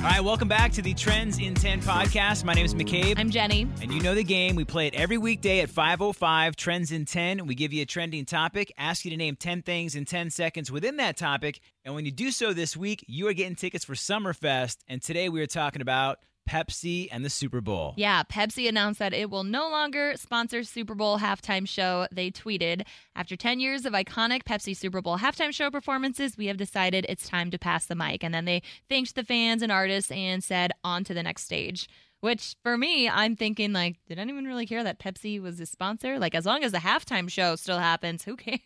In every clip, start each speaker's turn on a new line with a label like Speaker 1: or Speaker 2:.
Speaker 1: All right, welcome back to the Trends in 10 podcast. My name is McCabe.
Speaker 2: I'm Jenny.
Speaker 1: and you know the game. We play it every weekday at 5.05, Trends in 10. We give you a trending topic, ask you to name 10 things in 10 seconds within that topic. And when you do so this week, you are getting tickets for Summerfest. And today we are talking about Pepsi and the Super Bowl.
Speaker 2: Yeah, Pepsi announced that it will no longer sponsor Super Bowl halftime show. They tweeted, "After 10 years of iconic Pepsi Super Bowl halftime show performances, we have decided it's time to pass the mic." And then they thanked the fans and artists and said, "On to the next stage." Which for me, I'm thinking like, did anyone really care that Pepsi was the sponsor? Like as long as the halftime show still happens, who cares?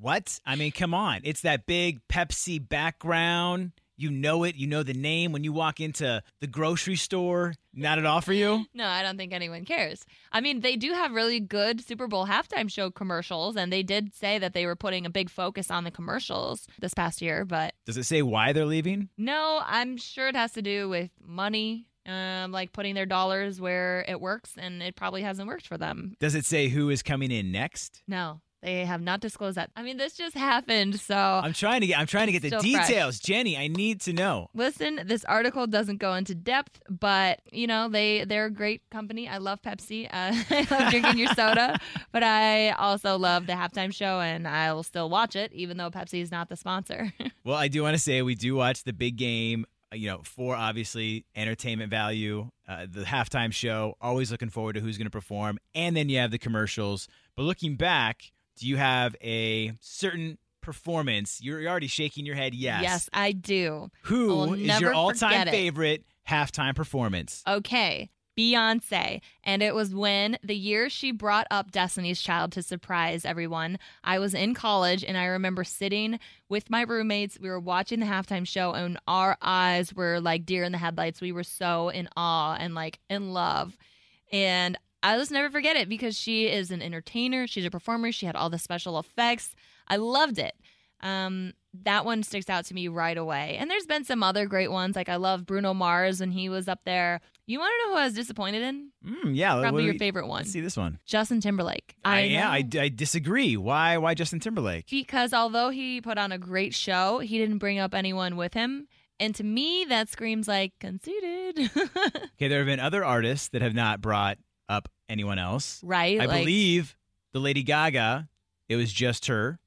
Speaker 1: What? I mean, come on. It's that big Pepsi background. You know it. You know the name when you walk into the grocery store. Not at all for you?
Speaker 2: No, I don't think anyone cares. I mean, they do have really good Super Bowl halftime show commercials, and they did say that they were putting a big focus on the commercials this past year. But
Speaker 1: Does it say why they're leaving?
Speaker 2: no, I'm sure it has to do with money, um, like putting their dollars where it works, and it probably hasn't worked for them.
Speaker 1: Does it say who is coming in next?
Speaker 2: No, they have not disclosed that. I mean, this just happened, so
Speaker 1: I'm trying to get I'm trying to get the
Speaker 2: Still fresh.
Speaker 1: details, Jenny. I need to know.
Speaker 2: Listen, this article doesn't go into depth, but you know they they're a great company. I love Pepsi. Uh, I love drinking your soda, but I also love the halftime show, and I will still watch it, even though Pepsi is not the sponsor.
Speaker 1: Well, I do want to say we do watch the big game, uh, you know, for obviously entertainment value, uh, the halftime show, always looking forward to who's going to perform, and then you have the commercials. But looking back, do you have a certain performance? You're you're already shaking your head yes.
Speaker 2: I do. I will
Speaker 1: Who is
Speaker 2: never
Speaker 1: your all-time
Speaker 2: forget it.
Speaker 1: favorite halftime performance?
Speaker 2: Okay, Beyonce, and it was when the year she brought up Destiny's Child to surprise everyone. I was in college, and I remember sitting with my roommates. We were watching the halftime show, and our eyes were like deer in the headlights. We were so in awe and like in love. And I'll just never forget it because she is an entertainer, she's a performer, she had all the special effects. I loved it. Um, that one sticks out to me right away. And there's been some other great ones. Like I love Bruno Mars when he was up there. You want to know who I was disappointed in?
Speaker 1: Mm, yeah, what
Speaker 2: Probably
Speaker 1: do
Speaker 2: your
Speaker 1: we-
Speaker 2: favorite one,
Speaker 1: Let's see this one.
Speaker 2: Justin Timberlake.
Speaker 1: yeah,
Speaker 2: know.
Speaker 1: I, I disagree. Why why Justin Timberlake?
Speaker 2: because although he put on a great show, he didn't bring up anyone with him. And to me, that screams like conceited,
Speaker 1: Okay, there have been other artists that have not brought up anyone else.
Speaker 2: right?
Speaker 1: I
Speaker 2: Like-
Speaker 1: believe the Lady Gaga, it was just her.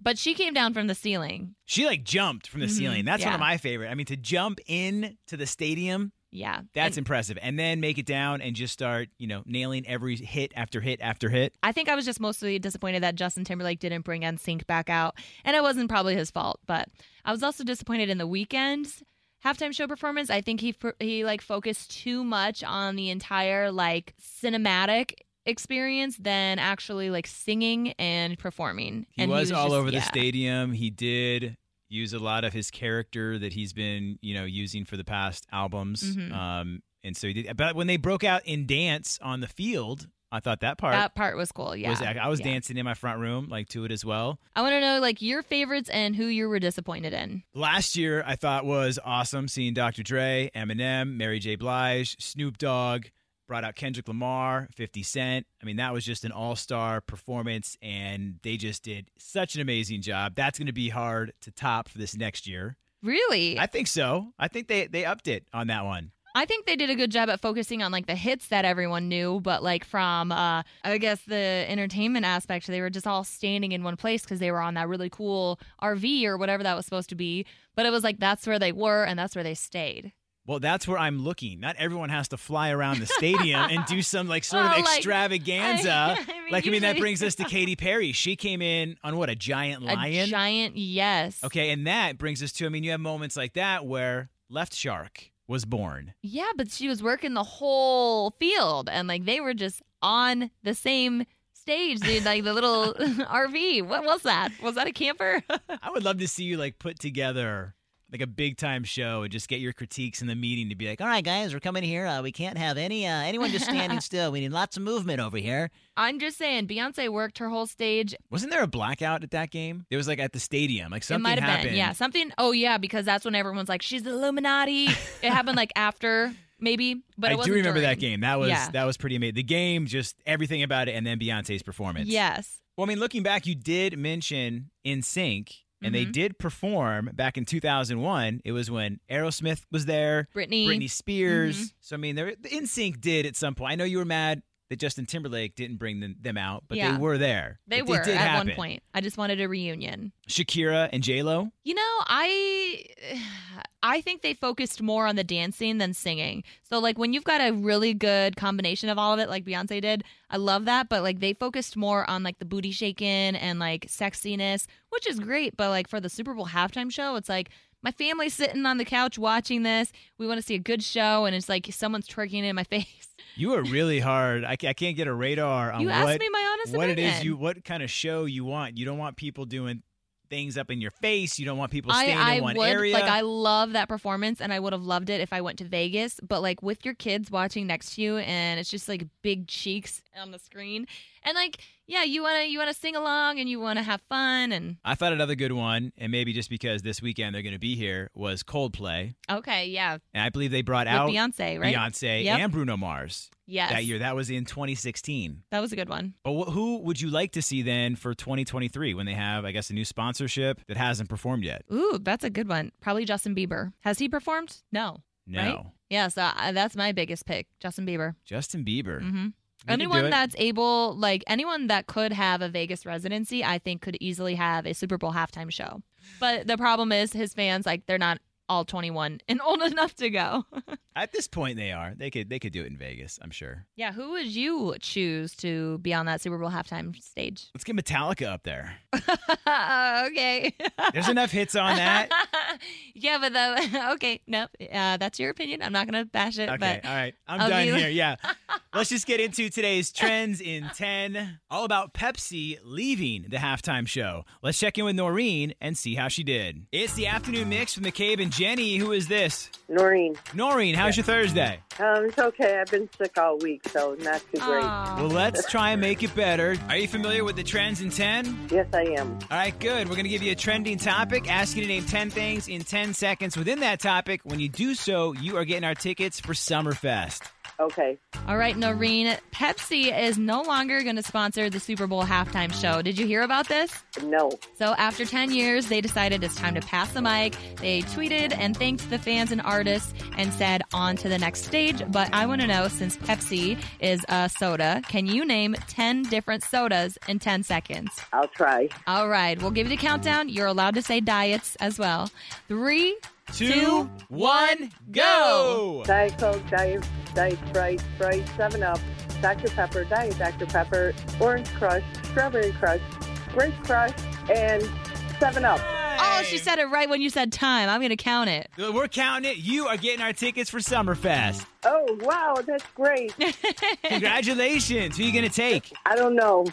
Speaker 2: but she came down from the ceiling.
Speaker 1: She like jumped from the
Speaker 2: Mhm,
Speaker 1: ceiling. That's one
Speaker 2: yeah.
Speaker 1: of my favorite. I mean, to jump in to the stadium,
Speaker 2: Yeah,
Speaker 1: that's
Speaker 2: And
Speaker 1: impressive. And then make it down and just start, you know, nailing every hit after hit after hit.
Speaker 2: I think I was just mostly disappointed that Justin Timberlake didn't bring NSYNC back out, and it wasn't probably his fault. But I was also disappointed in the weekend's halftime show performance. I think he fo- he like focused too much on the entire like cinematic experience than actually like singing and performing.
Speaker 1: He
Speaker 2: and
Speaker 1: was, all
Speaker 2: just-
Speaker 1: over
Speaker 2: yeah.
Speaker 1: the stadium. He did use a lot of his character that he's been, you know, using for the past albums.
Speaker 2: Mhm.
Speaker 1: Um, and so he did. But when they broke out in dance on the field, I thought that part
Speaker 2: That part was cool. Yeah,
Speaker 1: was I was
Speaker 2: Yeah.
Speaker 1: dancing in my front room like to it as well.
Speaker 2: I want to know like your favorites and who you were disappointed in.
Speaker 1: Last year I thought was awesome seeing Dr. Dre, Eminem, Mary J. Blige, Snoop Dogg, brought out Kendrick Lamar, 50 Cent. I mean, that was just an all-star performance and they just did such an amazing job. That's going to be hard to top for this next year.
Speaker 2: Really,
Speaker 1: I think so. I think they they upped it on that one.
Speaker 2: I think they did a good job at focusing on like the hits that everyone knew, but like from uh I guess the entertainment aspect, they were just all standing in one place because they were on that really cool RV or whatever that was supposed to be. But it was like that's where they were and that's where they stayed.
Speaker 1: Well, that's where I'm looking. Not everyone has to fly around the stadium and do some like sort
Speaker 2: Well,
Speaker 1: of
Speaker 2: like,
Speaker 1: extravaganza.
Speaker 2: I mean,
Speaker 1: uh, like I mean, that
Speaker 2: usually-
Speaker 1: brings us to Katy Perry. She came in on what a giant lion.
Speaker 2: A giant yes.
Speaker 1: okay, and that brings us to I mean, you have moments like that where Left Shark was born.
Speaker 2: Yeah, but she was working the whole field and like they were just on the same stage, dude, like the little RV. What was that? Was that a camper?
Speaker 1: I would love to see you like put together like a big time show and just get your critiques in the meeting to be like, all right, guys, we're coming here. Uh, we can't have any uh, anyone just standing still. We need lots of movement over here.
Speaker 2: I'm just saying, Beyonce worked her whole stage
Speaker 1: Wasn't there a blackout at that game? It was like at the stadium. Like something
Speaker 2: it might have
Speaker 1: happened.
Speaker 2: been, yeah, something. Oh yeah, because that's when everyone's like, "She's the Illuminati." it happened like after, maybe, but it
Speaker 1: I do
Speaker 2: wasn't
Speaker 1: remember that
Speaker 2: during.
Speaker 1: game. That was
Speaker 2: Yeah.
Speaker 1: that was pretty amazing. The game, just everything about it, and then Beyonce's performance.
Speaker 2: Yes,
Speaker 1: Well, I mean, looking back, you did mention In Sync, And they
Speaker 2: Mhm.
Speaker 1: did perform back in 2001. It was when Aerosmith was there,
Speaker 2: Brittany.
Speaker 1: Britney Spears.
Speaker 2: Mm-hmm.
Speaker 1: So I mean, there NSYNC did at some point. I know you were mad that Justin Timberlake didn't bring them, them out, but
Speaker 2: Yeah.
Speaker 1: they were there. It-
Speaker 2: They
Speaker 1: it
Speaker 2: were
Speaker 1: did
Speaker 2: at
Speaker 1: happen.
Speaker 2: one point. I just wanted a reunion.
Speaker 1: Shakira and J Lo.
Speaker 2: You know, I I think they focused more on the dancing than singing. So like when you've got a really good combination of all of it like Beyonce did, I love that, but like they focused more on like the booty shaking and like sexiness, which is great, but like for the Super Bowl halftime show, it's like my family's sitting on the couch watching this. We want to see a good show and it's like someone's twerking in my face.
Speaker 1: You are really hard. I, ca- I can't get a radar on
Speaker 2: you
Speaker 1: Um, what
Speaker 2: asked me my honest
Speaker 1: what it
Speaker 2: opinion.
Speaker 1: is you what kind of show you want. You don't want people doing things up in your face. You don't want people staying
Speaker 2: I, I
Speaker 1: in one
Speaker 2: would
Speaker 1: area.
Speaker 2: like I love that performance and I would have loved it if I went to Vegas, but like with your kids watching next to you and it's just like big cheeks on the screen. And like yeah, you want to you want to sing along and you want to have fun and
Speaker 1: I thought another good one, and maybe just because this weekend they're going to be here, was Coldplay,
Speaker 2: okay, yeah, with
Speaker 1: and I believe they brought out
Speaker 2: Beyonce, right?
Speaker 1: Beyonce
Speaker 2: Yep.
Speaker 1: and Bruno Mars
Speaker 2: yes.
Speaker 1: that year. That was in 2016.
Speaker 2: That was a good one.
Speaker 1: But wh- who would you like to see then for 2023 when they have, I guess, a new sponsorship that hasn't performed yet?
Speaker 2: Ooh, that's a good one. Probably Justin Bieber. Has he performed? No.
Speaker 1: No,
Speaker 2: Right? Yeah, so I, that's my biggest pick, Justin Bieber.
Speaker 1: Justin Bieber.
Speaker 2: Mhm.
Speaker 1: We could do
Speaker 2: Anyone
Speaker 1: it.
Speaker 2: that's able, like anyone that could have a Vegas residency, I think could easily have a Super Bowl halftime show. But the problem is his fans, like they're not all 21 and old enough to go.
Speaker 1: at this point they are. They could they could do it in Vegas. I'm sure.
Speaker 2: yeah, who would you choose to be on that Super Bowl halftime stage?
Speaker 1: Let's get Metallica up there.
Speaker 2: okay.
Speaker 1: There's enough hits on that.
Speaker 2: yeah, but the okay, no, uh, that's your opinion. I'm not gonna bash it.
Speaker 1: Okay,
Speaker 2: But
Speaker 1: all right. I'm
Speaker 2: Of
Speaker 1: done
Speaker 2: you-
Speaker 1: here. Yeah. Let's just get into today's trends in 10, all about Pepsi leaving the halftime show. Let's check in with Noreen and see how she did. It's the afternoon mix with McCabe and Jenny. Who is this?
Speaker 3: Noreen.
Speaker 1: Noreen, how's your Thursday?
Speaker 3: Um, it's okay. I've been sick all week, so not too great.
Speaker 2: Aw.
Speaker 1: Well, let's try and make it better. Are you familiar with the trends in 10?
Speaker 3: Yes, I am.
Speaker 1: All right, good. We're going to give you a trending topic, ask you to name 10 things in 10 seconds within that topic. When you do so, you are getting our tickets for Summerfest.
Speaker 3: Okay.
Speaker 2: all right, Noreen, Pepsi is no longer gonna sponsor the Super Bowl halftime show. Did you hear about this?
Speaker 3: No.
Speaker 2: So after 10 years, they decided it's time to pass the mic. They tweeted and thanked the fans and artists and said, on to the next stage. But I want to know, since Pepsi is a soda, can you name 10 different sodas in 10 seconds?
Speaker 3: I'll try.
Speaker 2: All right, we'll give you the countdown. You're allowed to say diets as well. Three.
Speaker 1: Two, one, go!
Speaker 3: Diet Coke, Diet, Diet Sprite, Sprite, 7 Up, Dr. Pepper, Diet Dr. Pepper, Orange Crush, Strawberry Crush, Grape Crush, and 7 Up.
Speaker 2: Oh, she said it right when you said time. I'm going to count it.
Speaker 1: We're counting it. You are getting our tickets for Summerfest.
Speaker 3: Oh, wow. That's great.
Speaker 1: Congratulations. Who are you going to take?
Speaker 3: I don't know.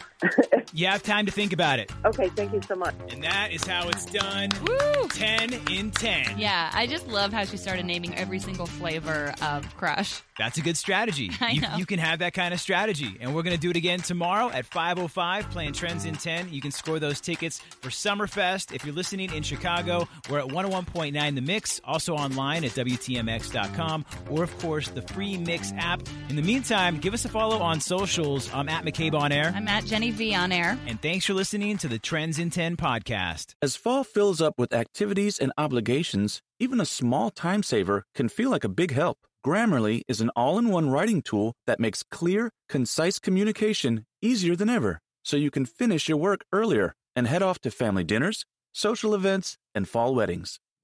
Speaker 1: You have time to think about it.
Speaker 3: okay. Thank you so much.
Speaker 1: And that is how it's done.
Speaker 2: Woo!
Speaker 1: 10 in 10.
Speaker 2: Yeah, I just love how she started naming every single flavor of Crush.
Speaker 1: That's a good strategy.
Speaker 2: I
Speaker 1: you,
Speaker 2: know.
Speaker 1: you can have that kind of strategy. And we're going to do it again tomorrow at 5.05, playing Trends in 10. You can score those tickets for Summerfest. If you're listening in Chicago, we're at 101.9 The Mix, also online at WTMX.com, or, of course, the free Mix app. In the meantime, give us a follow on socials. I'm at McCabe on Air.
Speaker 2: I'm at Jenny V on air.
Speaker 1: And thanks for listening to the Trends in 10 podcast.
Speaker 4: As fall fills up with activities and obligations, even a small time saver can feel like a big help. Grammarly is an all in one writing tool that makes clear, concise communication easier than ever, so you can finish your work earlier and head off to family dinners, social events, and fall weddings.